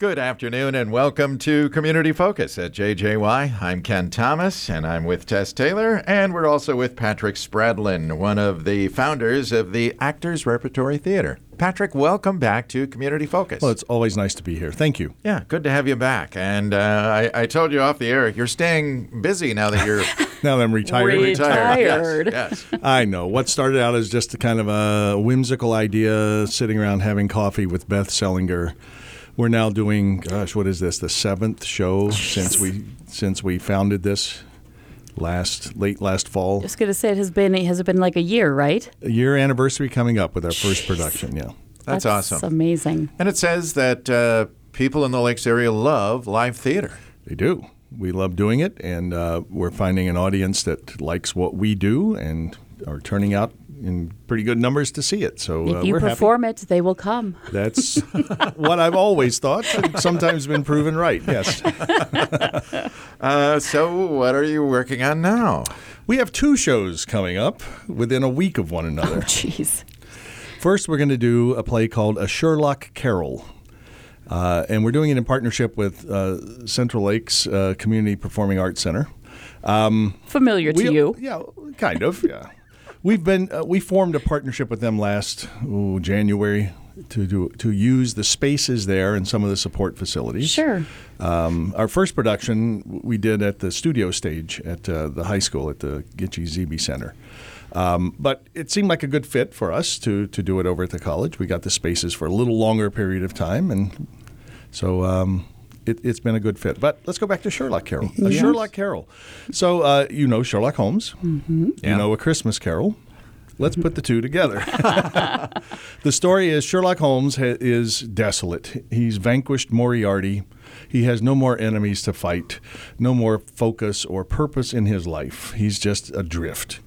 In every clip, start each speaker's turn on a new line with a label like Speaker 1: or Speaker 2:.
Speaker 1: Good afternoon and welcome to Community Focus at JJY. I'm Ken Thomas and I'm with Tess Taylor and we're also with Patrick Spradlin, one of the founders of the Actors Repertory Theater. Patrick, welcome back to Community Focus.
Speaker 2: Well, it's always nice to be here. Thank you.
Speaker 1: yeah, good to have you back. And uh, I, I told you off the air, you're staying busy now that you're
Speaker 2: Now that I'm retired,
Speaker 3: Re-
Speaker 1: retired. Yes,
Speaker 3: Retired.
Speaker 1: Yes,
Speaker 2: I know what started out as just a kind of a whimsical idea, sitting around having coffee with Beth Sellinger. We're now doing, gosh, what is this? The seventh show since we since we founded this last late last fall.
Speaker 3: Just gonna say it has been it has been like a year, right?
Speaker 2: A year anniversary coming up with our first production. Yeah,
Speaker 1: That's, awesome.
Speaker 3: Amazing.
Speaker 1: And it says that uh, people in the Lakes area love live theater.
Speaker 2: they do. We love doing it, and uh, we're finding an audience that likes what we do and are turning out in pretty good numbers to see it. So uh,
Speaker 3: If you
Speaker 2: we're happy.
Speaker 3: perform it, they will come.
Speaker 2: That's what I've always thought, and sometimes been proven right. Yes.
Speaker 1: Uh, so, what are you working on now?
Speaker 2: We have two shows coming up within a week of one another.
Speaker 3: Jeez.
Speaker 2: First, we're going to do a play called A Sherlock Carol. Uh, and we're doing it in partnership with uh, Central Lakes uh, Community Performing Arts Center.
Speaker 3: Familiar to
Speaker 2: We-
Speaker 3: you.
Speaker 2: Yeah, kind of. Yeah, we've been uh, we formed a partnership with them last ooh, January to do to use the spaces there and some of the support facilities.
Speaker 3: Sure.
Speaker 2: Um, our first production w- we did at the studio stage at uh, the high school at the Gitche Zebe Center. Um, but it seemed like a good fit for us to to do it over at the college. We got the spaces for a little longer period of time, and so um, it, it's been a good fit. But let's go back to Sherlock Carol. A Sherlock Carol. So uh, you know Sherlock Holmes. Mm-hmm. You
Speaker 1: Yeah.
Speaker 2: know A Christmas Carol. Let's put the two together. the story is Sherlock Holmes ha- is desolate. He's vanquished Moriarty. He has no more enemies to fight, no more focus or purpose in his life. He's just adrift.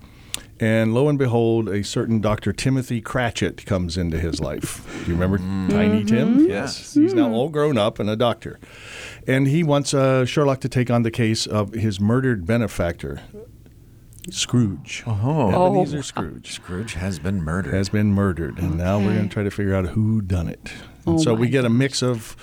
Speaker 2: And lo and behold, a certain Dr. Timothy Cratchit comes into his life. Do you remember Tiny Tim?
Speaker 1: Mm-hmm. Yes. Mm-hmm.
Speaker 2: He's now all grown up and a doctor. And he wants uh, Sherlock to take on the case of his murdered benefactor, Scrooge.
Speaker 1: Oh.
Speaker 2: Ebenezer Scrooge
Speaker 1: Scrooge has been murdered.
Speaker 2: has been murdered, and now we're going to try to figure out who done it. And so we get a mix of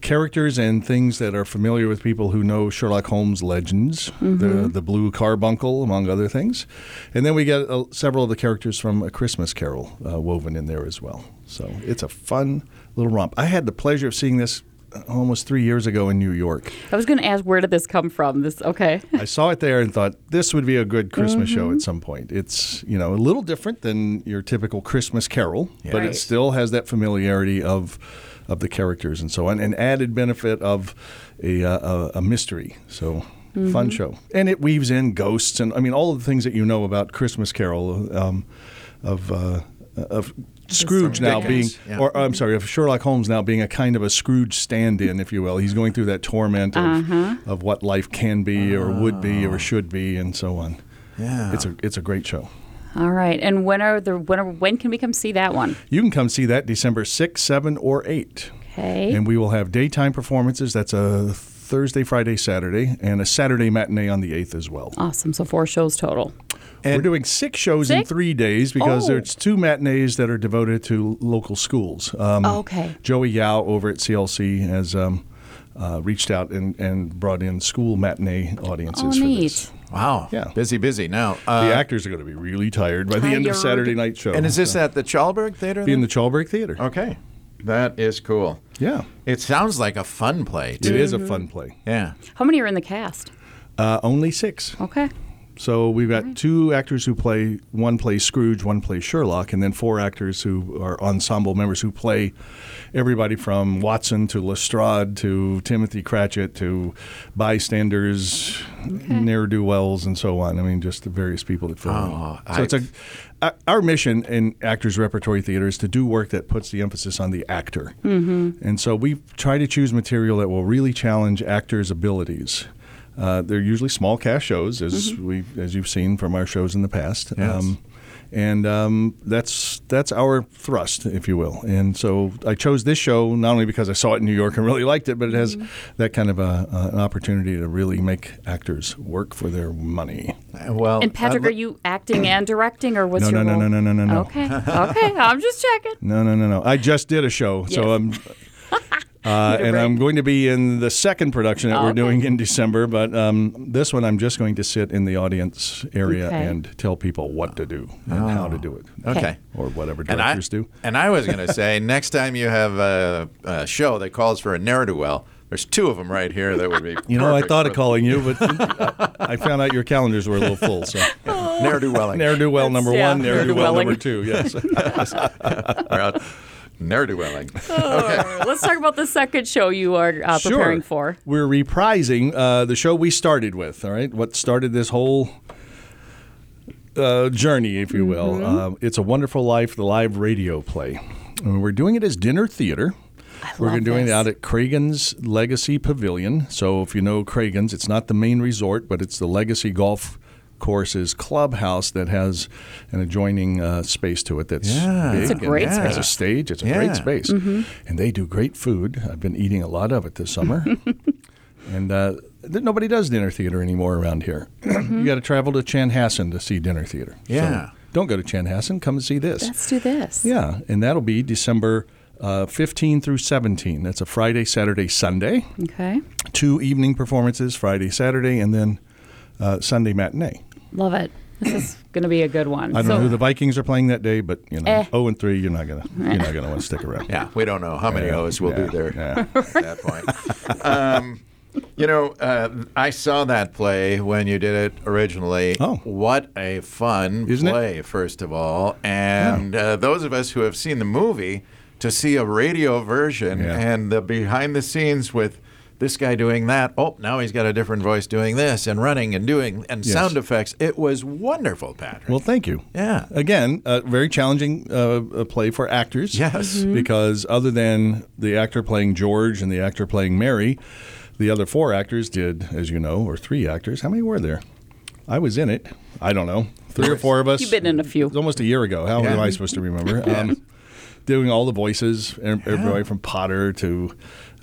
Speaker 2: characters and things that are familiar with people who know Sherlock Holmes legends, the the Blue Carbuncle, among other things, and then we get uh, several of the characters from A Christmas Carol uh, woven in there as well. So it's a fun little romp. I had the pleasure of seeing this uh, almost three years ago in New York.
Speaker 3: I was gonna ask where did this come from? This okay.
Speaker 2: I saw it there and thought this would be a good Christmas show at some point. It's you know a little different than your typical Christmas Carol, but it
Speaker 3: Right.
Speaker 2: still has that familiarity of of the characters and so on, and added benefit of a uh, a, a mystery. So. Fun show, and it weaves in ghosts and I mean all of the things that you know about Christmas Carol, um, of uh, of Scrooge now being,
Speaker 1: Dickens, yeah.
Speaker 2: or I'm sorry, of Sherlock Holmes now being a kind of a Scrooge stand-in, if you will. He's going through that torment of,
Speaker 3: Uh-huh.
Speaker 2: of what life can be, or would be,
Speaker 3: Oh.
Speaker 2: or should be, and so on.
Speaker 1: Yeah.
Speaker 2: It's a it's a great show.
Speaker 3: All right. And when are the when are, when can we come see that one?
Speaker 2: You can come see that December 6, 7, or 8.
Speaker 3: Okay.
Speaker 2: And we will have daytime performances. That's a Thursday, Friday, Saturday, and a Saturday matinee on the 8th as well.
Speaker 3: awesome. So four shows total.
Speaker 2: We're doing six shows in
Speaker 3: Six?
Speaker 2: three days because
Speaker 3: Oh.
Speaker 2: there's two matinees that are devoted to local schools.
Speaker 3: Oh.
Speaker 2: Um,
Speaker 3: okay.
Speaker 2: Joey Yao over at CLC has um, uh, reached out and, and brought in school matinee audiences
Speaker 3: Oh
Speaker 2: for
Speaker 3: neat.
Speaker 2: this.
Speaker 1: wow.
Speaker 2: Yeah.
Speaker 1: Busy, busy. Now, uh,
Speaker 2: The actors are going to be really tired by the end of
Speaker 3: Tired.
Speaker 2: Saturday night show.
Speaker 1: and is this at the Chalberg Theater?
Speaker 2: be in
Speaker 1: then?
Speaker 2: the Chalberg Theater?
Speaker 1: okay. That is cool.
Speaker 2: Yeah,
Speaker 1: It sounds like a fun play,
Speaker 2: it
Speaker 1: too.
Speaker 2: is a fun
Speaker 3: Mm-hmm.
Speaker 2: play.
Speaker 1: Yeah.
Speaker 3: How many are in the cast?
Speaker 2: Uh, only six.
Speaker 3: Okay.
Speaker 2: Oh, So we've got two actors who play one plays Scrooge, one plays Sherlock, and then four actors who are ensemble members who play everybody from Watson to Lestrade to Timothy Cratchit to bystanders, ne'er do wells, and so on. I mean, just the various people that fill
Speaker 1: Oh,
Speaker 2: in. So it's a our- our mission in actors repertory theater is to do work that puts the emphasis on the actor mm-hmm. and so we try to choose material that will really challenge actors abilities uh, they're usually small cast shows as
Speaker 3: Mm-hmm.
Speaker 2: we as you've seen from our shows in the past
Speaker 1: Yes.
Speaker 2: and um, that's that's our thrust, if you will. And so I chose this show not only because I saw it in New York and really liked it, but it has
Speaker 3: Mm-hmm.
Speaker 2: that kind of a, uh, an opportunity to really make actors work for their money.
Speaker 1: Uh, Well,
Speaker 3: And Patrick,
Speaker 1: I'd
Speaker 3: are
Speaker 1: li-
Speaker 3: you acting and directing or what's
Speaker 2: No,
Speaker 3: your
Speaker 2: no, no,
Speaker 3: role? Oh,
Speaker 2: no, no, no, no, no.
Speaker 3: Okay. Okay. I'm just checking.
Speaker 2: No, no, no, no. I just did a show,
Speaker 3: Yes.
Speaker 2: so I'm. Uh,
Speaker 3: Need a
Speaker 2: and
Speaker 3: break.
Speaker 2: I'm going to be in the second production that
Speaker 3: Oh,
Speaker 2: we're
Speaker 3: okay.
Speaker 2: doing in December, but um, this one I'm just going to sit in the audience area
Speaker 3: Okay.
Speaker 2: and tell people what to do and how to do it.
Speaker 1: Okay.
Speaker 2: Or whatever
Speaker 1: And I,
Speaker 2: directors do.
Speaker 1: and I was going to say, next time you have a, a show that calls for a ne'er do well, there's two of them right here that would be.
Speaker 2: You know, I thought of
Speaker 1: called
Speaker 2: calling you, but I, I found out your calendars were a little full. So
Speaker 1: ne'er do welling.
Speaker 2: ne'er do well number
Speaker 3: yeah,
Speaker 2: one, ne'er do well
Speaker 3: ne'er-do-welling.
Speaker 2: number two. Yes.
Speaker 1: Ne'er do welling.
Speaker 2: Oh.
Speaker 3: Or- Let's talk about the second show you are uh, preparing for.
Speaker 2: We're reprising uh, the show we started with. All right, what started this whole uh, journey, if you will.
Speaker 3: Mm-hmm.
Speaker 2: Uh, it's a Wonderful Life, the live radio play. And we're doing it as dinner theater. We're
Speaker 3: love
Speaker 2: gonna doing it
Speaker 3: this.
Speaker 2: out at Cragen's Legacy Pavilion. So if you know Cragen's, it's not the main resort, but it's the Legacy Golf Courses clubhouse that has an adjoining uh, space to it that's
Speaker 1: Yeah.
Speaker 2: big
Speaker 1: It's a
Speaker 2: and
Speaker 3: great
Speaker 2: has a
Speaker 1: space.
Speaker 2: stage. It's a
Speaker 1: Yeah. Mm-hmm.
Speaker 2: great space. And they do great food. I've been eating a lot of it this summer. and uh, th- nobody does dinner theater anymore around here. you got to travel to Chanhassen to see dinner theater. So
Speaker 1: Mm-hmm. Yeah.
Speaker 2: don't go to Chanhassen. Come and see this.
Speaker 3: Let's do this.
Speaker 2: yeah. And that'll be December uh, 15 through 17. That's a Friday, Saturday, Sunday.
Speaker 3: Okay.
Speaker 2: Two evening performances, Friday, Saturday, and then uh, Sunday matinee.
Speaker 3: Love it. This is going to be a good one.
Speaker 2: I don't
Speaker 3: So-
Speaker 2: know who the Vikings are playing that day, but you know,
Speaker 3: Eh.
Speaker 2: 0 and 3, you're not gonna you're not gonna want to stick around.
Speaker 1: Yeah, we don't know how many O's we'll do there
Speaker 2: yeah.
Speaker 1: at that point. Um, you know, uh, I saw that play when you did it originally.
Speaker 2: Oh.
Speaker 1: What a fun
Speaker 2: Isn't it?
Speaker 1: play, first of all. And uh, those of us who have seen the movie, to see a radio version
Speaker 2: Yeah.
Speaker 1: and the behind the scenes with this guy doing that. Oh, now he's got a different voice doing this and running and doing and
Speaker 2: Yes.
Speaker 1: sound effects. It was wonderful, Patrick.
Speaker 2: Well, thank you.
Speaker 1: Yeah.
Speaker 2: Again, a very challenging uh, a play for actors.
Speaker 1: Yes.
Speaker 3: Mm-hmm.
Speaker 2: Because other than the actor playing George and the actor playing Mary, the other four actors did, as you know, or three actors. How many were there? I was in it. I don't know. Three or four of us.
Speaker 3: You've been in a few.
Speaker 2: It's almost a year ago. How am I supposed to remember? Um, doing all the voices, e- everybody from Potter to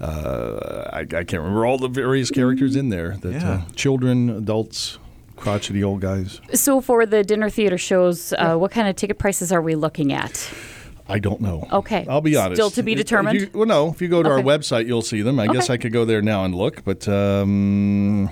Speaker 2: uh, I, I can't remember all the various characters in there. That
Speaker 1: Mm-hmm. Yeah.
Speaker 2: uh, children, adults, crotchety old guys.
Speaker 3: So for the dinner theater shows, uh, what kind of ticket prices are we looking at?
Speaker 2: I don't know.
Speaker 3: Okay.
Speaker 2: I'll be honest.
Speaker 3: Still to be
Speaker 2: If- if
Speaker 3: determined?
Speaker 2: you- well, no. If you go to our
Speaker 3: Okay.
Speaker 2: website, you'll see them. I guess
Speaker 3: Okay.
Speaker 2: I could go there now and look, but um,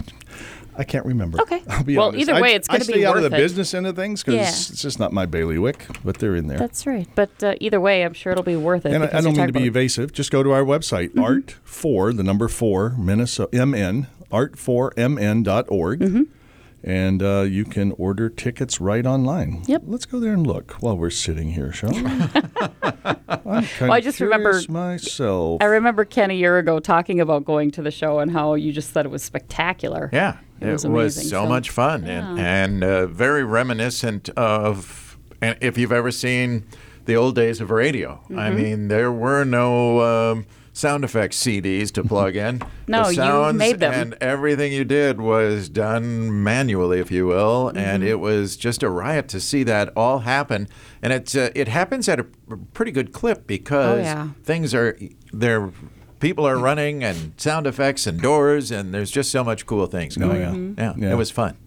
Speaker 2: I can't remember.
Speaker 3: Okay.
Speaker 2: I'll be
Speaker 3: Well,
Speaker 2: honest.
Speaker 3: either
Speaker 2: I-
Speaker 3: way, it's
Speaker 2: I
Speaker 3: gonna
Speaker 2: stay
Speaker 3: be
Speaker 2: out of
Speaker 3: worth
Speaker 2: the
Speaker 3: it.
Speaker 2: business end of things because
Speaker 3: Yeah.
Speaker 2: it's just not my bailiwick, but they're in there.
Speaker 3: That's right. But uh, either way, I'm sure it'll be worth it. Mm-hmm.
Speaker 2: and I, I
Speaker 3: because
Speaker 2: don't
Speaker 3: you're
Speaker 2: mean to
Speaker 3: talking
Speaker 2: be
Speaker 3: about-
Speaker 2: evasive. Just go to our website, art four, the number four, Minnesota MN, art4mn.org.
Speaker 3: Mm-hmm.
Speaker 2: And uh, you can order tickets right online.
Speaker 3: Yep.
Speaker 2: Let's go there and look while we're sitting here, shall we? I'm kind
Speaker 3: I just remember-
Speaker 2: myself.
Speaker 3: I remember Ken a year ago talking about going to the show and how you just thought it was spectacular.
Speaker 1: Yeah,
Speaker 3: It was amazing,
Speaker 1: so,
Speaker 3: so-
Speaker 1: much fun and, and uh, very reminiscent of and if you've ever seen the old days of radio. I
Speaker 3: Mm-hmm.
Speaker 1: mean, there were no um, sound effects CDs to plug in.
Speaker 3: No,
Speaker 1: the
Speaker 3: you
Speaker 1: sounds
Speaker 3: made them.
Speaker 1: and everything you did was done manually, if you will,
Speaker 3: Mm-hmm.
Speaker 1: and it was just a riot to see that all happen. And it's uh, it happens at a pretty good clip because
Speaker 3: Oh, yeah. Mm.
Speaker 1: things are they're people are running and sound effects and doors and there's just so much cool things
Speaker 3: Mm-hmm.
Speaker 1: going on. Yeah,
Speaker 2: Yeah.
Speaker 1: it was fun.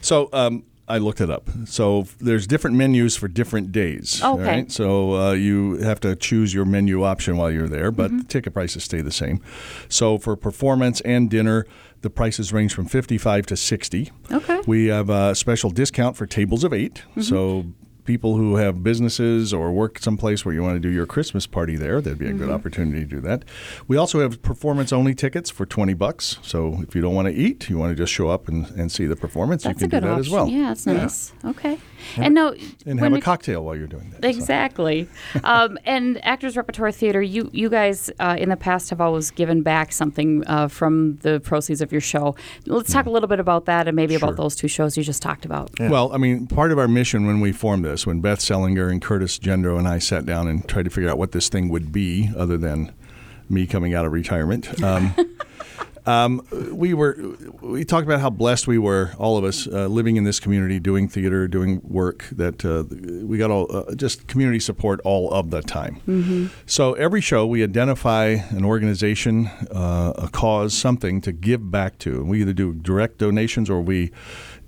Speaker 2: So um, I looked it up. So f- there's different menus for different days.
Speaker 3: Oh, Okay.
Speaker 2: all right? So uh, you have to choose your menu option while you're there, but
Speaker 3: Mm-hmm.
Speaker 2: the ticket prices stay the same. So for performance and dinner, the prices range from 55 to 60.
Speaker 3: Okay. Mm-hmm.
Speaker 2: We have a special discount for tables of 8 So people who have businesses or work someplace where you want to do your Christmas party there, that'd be a
Speaker 3: Mm-hmm.
Speaker 2: good opportunity to do that. We also have performance only tickets for 20 bucks. So if you don't want to eat, you want to just show up and, and see the performance,
Speaker 3: That's
Speaker 2: you
Speaker 3: a
Speaker 2: can
Speaker 3: good
Speaker 2: do that
Speaker 3: option.
Speaker 2: as well.
Speaker 3: Yeah, that's nice. Okay. And no,
Speaker 2: And
Speaker 3: when
Speaker 2: have a
Speaker 3: it-
Speaker 2: cocktail while you're doing that. so.
Speaker 3: Exactly. um, and Actors Repertory Theater, you, you guys uh, in the past have always given back something uh, from the proceeds of your show. Let's talk a little bit about that and maybe about those two shows you just talked about.
Speaker 2: Well, I mean, part of our mission when we formed this, when Beth Sellinger and Curtis Gendro and I sat down and tried to figure out what this thing would be, other than me coming out of retirement, um, um, we were we talked about how blessed we were, all of us, uh, living in this community, doing theater, doing work that uh, we got all uh, just community support all of the time. So every show we identify an organization, uh, a cause, something to give back to, and we either do direct donations or we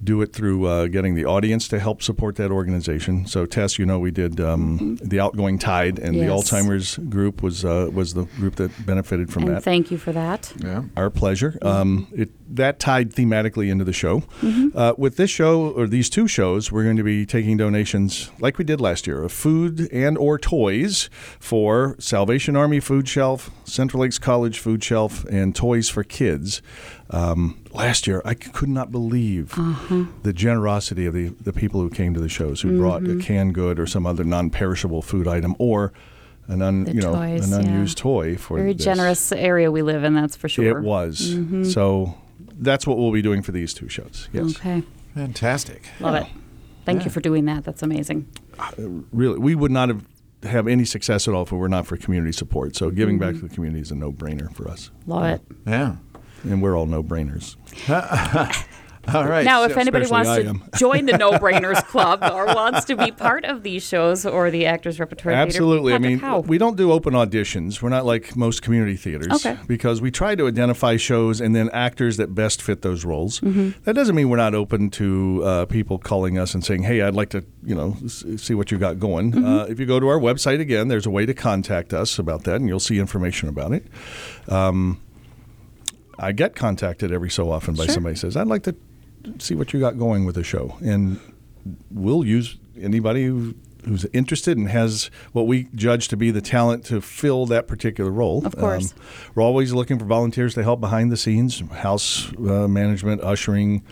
Speaker 2: do it through uh, getting the audience to help support that organization. So, Tess, you know, we did um, the Outgoing Tide, and the
Speaker 3: Yes.
Speaker 2: Alzheimer's group was uh, was the group that benefited from
Speaker 3: And
Speaker 2: that.
Speaker 3: thank you for that.
Speaker 1: Yeah.
Speaker 2: Our pleasure.
Speaker 3: Mm-hmm.
Speaker 2: Um, it, that tied thematically into the show.
Speaker 3: Mm-hmm.
Speaker 2: Uh, with this show or these two shows, we're going to be taking donations like we did last year of food and or toys for Salvation Army Food Shelf, Central Lakes College Food Shelf, and Toys for Kids. Um, last year, I c- could not believe
Speaker 3: Uh-huh.
Speaker 2: the generosity of the, the people who came to the shows who brought
Speaker 3: Mm-hmm.
Speaker 2: a canned good or some other non-perishable food item or an un,
Speaker 3: The
Speaker 2: you know
Speaker 3: toys, yeah.
Speaker 2: an unused toy for
Speaker 3: Very
Speaker 2: this.
Speaker 3: generous area we live in, that's for sure.
Speaker 2: It was. So that's what we'll be doing for these two shows. Yes.
Speaker 3: Okay.
Speaker 1: Fantastic.
Speaker 3: Love it. Thank
Speaker 1: Yeah.
Speaker 3: you for doing that. That's amazing.
Speaker 2: Really, we would not have have any success at all if it were not for community support. So giving back to the community is a no-brainer for us.
Speaker 3: Love it.
Speaker 1: Yeah.
Speaker 2: And we're all no-brainers.
Speaker 1: All right.
Speaker 3: Now, if
Speaker 1: so-
Speaker 3: anybody
Speaker 2: especially
Speaker 3: wants
Speaker 2: I
Speaker 3: to join the No Brainers Club or wants to be part of these shows or the Actors Repertory
Speaker 2: Absolutely. I
Speaker 3: Theater,
Speaker 2: mean,
Speaker 3: Patrick, how?
Speaker 2: we don't do open auditions. We're not like most community theaters
Speaker 3: Okay.
Speaker 2: because we try to identify shows and then actors that best fit those roles.
Speaker 3: Mm-hmm.
Speaker 2: That doesn't mean we're not open to uh, people calling us and saying, "Hey, I'd like to, you know, s- see what you got going."
Speaker 3: Mm-hmm.
Speaker 2: Uh, if you go to our website again, there's a way to contact us about that, and you'll see information about it. I get contacted every so often by
Speaker 3: Sure.
Speaker 2: somebody who says, "I'd like to see what you got going with the show," and we'll use anybody who, who's interested and has what we judge to be the talent to fill that particular role. Um,
Speaker 3: Of course.
Speaker 2: we're always looking for volunteers to help behind the scenes, house uh, management, ushering.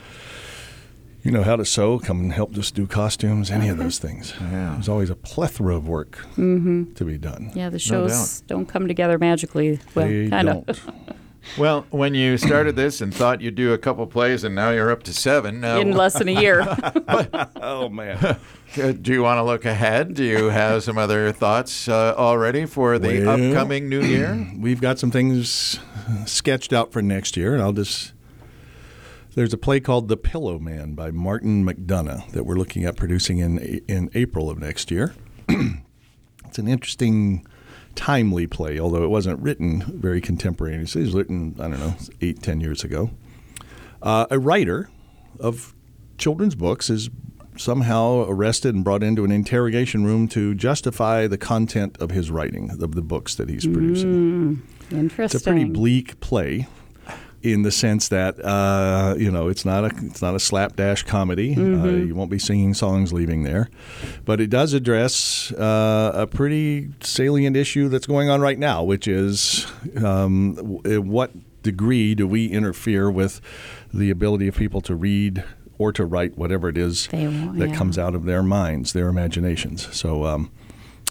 Speaker 2: You know how to sew. Come and help us do costumes. Any of those things.
Speaker 1: Yeah.
Speaker 2: There's always a plethora of work to be done.
Speaker 3: Mm-hmm. yeah, the shows don't come together magically. Well,
Speaker 2: They
Speaker 3: kind
Speaker 2: don't.
Speaker 3: of.
Speaker 1: well, when you started this and thought you'd do a couple plays and now you're up to seven, uh,
Speaker 3: In less than a year.
Speaker 2: Oh man.
Speaker 1: uh, do you want to look ahead? Do you have some other thoughts uh, already for the
Speaker 2: Well-
Speaker 1: upcoming new year?
Speaker 2: we've got some things sketched out for next year, and I'll just. There's a play called The Pillow Man by Martin McDonough that we're looking at producing in in April of next year. it's an interesting, timely play, although it wasn't written very contemporaneously. It was written, I don't know, eight, ten years ago. Uh, a writer of children's books is somehow arrested and brought into an interrogation room to justify the content of his writing, of the books that he's producing.
Speaker 3: Interesting.
Speaker 2: It's a pretty bleak play in the sense that uh, you know it's not a it's not a slapdash comedy. Uh,
Speaker 3: Mm-hmm.
Speaker 2: you won't be singing songs leaving there, but it does address uh, a pretty salient issue that's going on right now, which is um, w- uh, what degree do we interfere with the ability of people to read or to write whatever it is
Speaker 3: They want-
Speaker 2: that
Speaker 3: yeah.
Speaker 2: comes out of their minds, their imaginations. So. Um,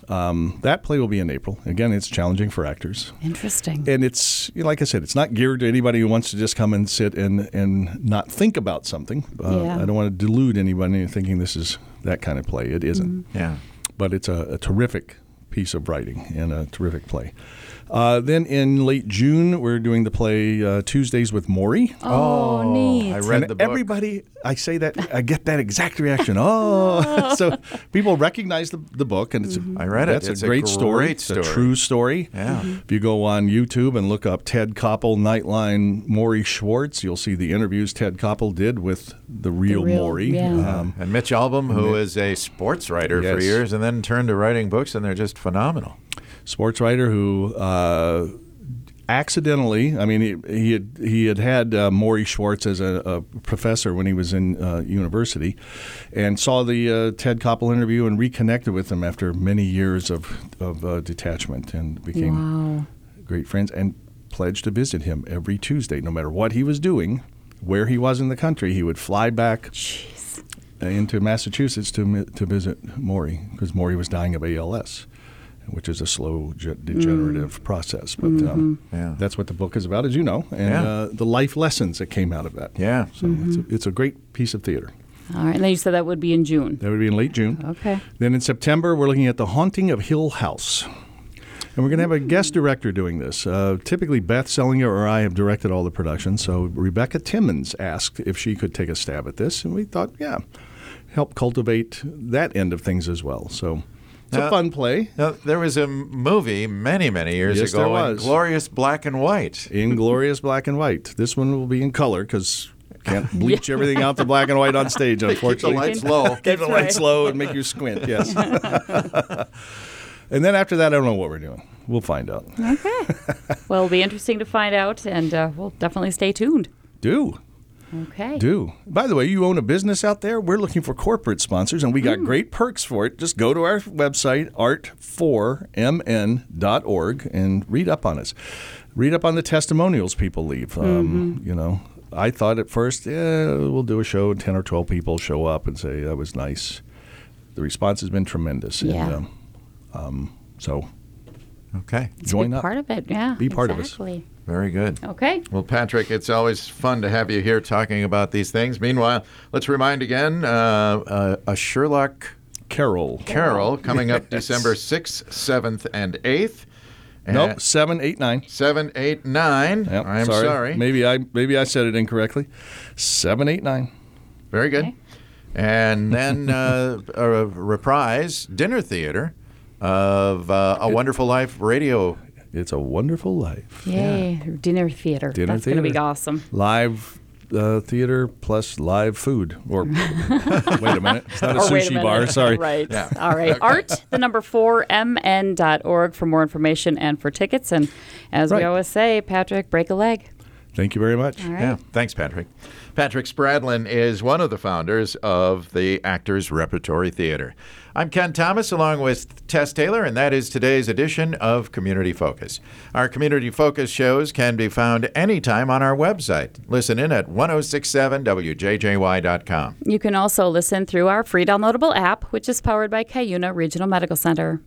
Speaker 2: um, that play will be in April. Again, it's challenging for actors
Speaker 3: Interesting.
Speaker 2: and it's you know, like I said, it's not geared to anybody who wants to just come and sit and and not think about something. Uh,
Speaker 3: Yeah.
Speaker 2: I don't want to delude anybody into thinking this is that kind of play. It isn't.
Speaker 1: Yeah.
Speaker 2: but it's a, a terrific piece of writing and a terrific play. Uh, then in late June, we're doing the play uh, Tuesdays with Maury.
Speaker 3: oh, neat.
Speaker 1: I read
Speaker 2: And
Speaker 1: the book.
Speaker 2: Everybody, I say that, I get that exact reaction. Oh, so people recognize the, the book, and it's
Speaker 1: I read it.
Speaker 2: That's
Speaker 1: It's
Speaker 2: a
Speaker 1: a
Speaker 2: great story.
Speaker 1: great
Speaker 2: It's
Speaker 1: story.
Speaker 2: a true story.
Speaker 1: Yeah. Mhm.
Speaker 2: If you go on YouTube and look up Ted Koppel Nightline Maury Schwartz, you'll see the interviews Ted Koppel did with the real,
Speaker 3: real-
Speaker 2: Maury.
Speaker 3: yeah.
Speaker 2: Um,
Speaker 1: And Mitch Album, who is a sports writer for
Speaker 2: Yes.
Speaker 1: years and then turned to writing books, and they're just phenomenal.
Speaker 2: sports writer who uh, accidentally, I mean, he, he had he had had uh, Maury Schwartz as a, a professor when he was in uh, university, and saw the uh, Ted Koppel interview and reconnected with him after many years of of uh, detachment and became
Speaker 3: Wow.
Speaker 2: great friends and pledged to visit him every Tuesday, no matter what he was doing, where he was in the country, he would fly back
Speaker 3: Jeez.
Speaker 2: into Massachusetts to mi- to visit Maury because Maury was dying of ALS, which is a slow ge- degenerative process. But um,
Speaker 1: Yeah.
Speaker 2: that's what the book is about, as you know, and
Speaker 1: Yeah.
Speaker 2: uh, the life lessons that came out of that.
Speaker 1: Yeah.
Speaker 2: So it's, a, it's a great piece of theater.
Speaker 3: All right. And then you said that would be in June.
Speaker 2: That would be in late June.
Speaker 3: Okay.
Speaker 2: Then in September, we're looking at The Haunting of Hill House. And we're going to have a guest director doing this. Uh, typically, Beth Sellinger or I have directed all the productions. So Rebecca Timmons asked if she could take a stab at this. And we thought, yeah, help cultivate that end of things as well. So it's
Speaker 1: Uh,
Speaker 2: a fun play.
Speaker 1: Now, there was a m- movie many, many years
Speaker 2: Yes,
Speaker 1: ago,
Speaker 2: there
Speaker 1: in
Speaker 2: was.
Speaker 1: Glorious Black and White.
Speaker 2: Inglorious Black and White. This one will be in color because it. Can't bleach everything out to black and white on stage,
Speaker 1: Keep the
Speaker 2: unfortunately.
Speaker 1: lights low.
Speaker 2: Keep the
Speaker 3: That's
Speaker 2: lights
Speaker 3: right.
Speaker 2: low and make you squint, yes. and then after that, I don't know what we're doing. We'll find out.
Speaker 3: Well, it'll be interesting to find out, and uh, we'll definitely stay tuned.
Speaker 2: Do.
Speaker 3: Okay.
Speaker 2: Do. By the way, you own a business out there? We're looking for corporate sponsors, and we
Speaker 1: Hmm.
Speaker 2: got great perks for it. Just go to our website, art4mn.org, and read up on us. Read up on the testimonials people leave. Um,
Speaker 1: Mm-hmm.
Speaker 2: You know, I thought at first, yeah, we'll do a show, and 10 or 12 people show up and say, that was nice. The response has been tremendous.
Speaker 3: Yeah.
Speaker 2: And, um, um, so
Speaker 1: Okay.
Speaker 3: It's a
Speaker 2: join
Speaker 3: big
Speaker 2: up.
Speaker 3: part of it. Yeah.
Speaker 2: Be part of us.
Speaker 3: exactly.
Speaker 1: Very good.
Speaker 3: Okay.
Speaker 1: Well, Patrick, it's always fun to have you here talking about these things. Meanwhile, let's remind again uh, uh, a Sherlock
Speaker 2: Carol.
Speaker 1: Carol coming up December 6th, 7th, and 8th. And
Speaker 2: Nope, 789.
Speaker 1: 7, 8, 9.
Speaker 2: Yep,
Speaker 1: Uh, I'm
Speaker 2: sorry.
Speaker 1: sorry.
Speaker 2: Maybe I maybe I said it incorrectly. Seven, eight, nine.
Speaker 1: Very good.
Speaker 3: Okay.
Speaker 1: And then uh, a reprise dinner theater of uh, A Wonderful Life radio.
Speaker 2: It's a wonderful life.
Speaker 3: Yay. Dinner theater.
Speaker 2: Dinner
Speaker 3: That's going to be
Speaker 2: theater.
Speaker 3: awesome.
Speaker 2: Live uh, theater plus live food. Or wait a minute, it's not a
Speaker 3: Or wait
Speaker 2: sushi
Speaker 3: minute.
Speaker 2: bar. Sorry.
Speaker 3: Right. All right. Art, the number four, mn.org for more information and for tickets. And as
Speaker 2: Right.
Speaker 3: we always say, Patrick, break a leg.
Speaker 2: Thank you very much.
Speaker 3: All right.
Speaker 1: Yeah, thanks, Patrick. Patrick Spradlin is one of the founders of the Actors Repertory Theater. I'm Ken Thomas, along with Tess Taylor, and that is today's edition of Community Focus. Our Community Focus shows can be found anytime on our website. Listen in at 1067wjjy.com.
Speaker 3: You can also listen through our free downloadable app, which is powered by Cuyuna Regional Medical Center.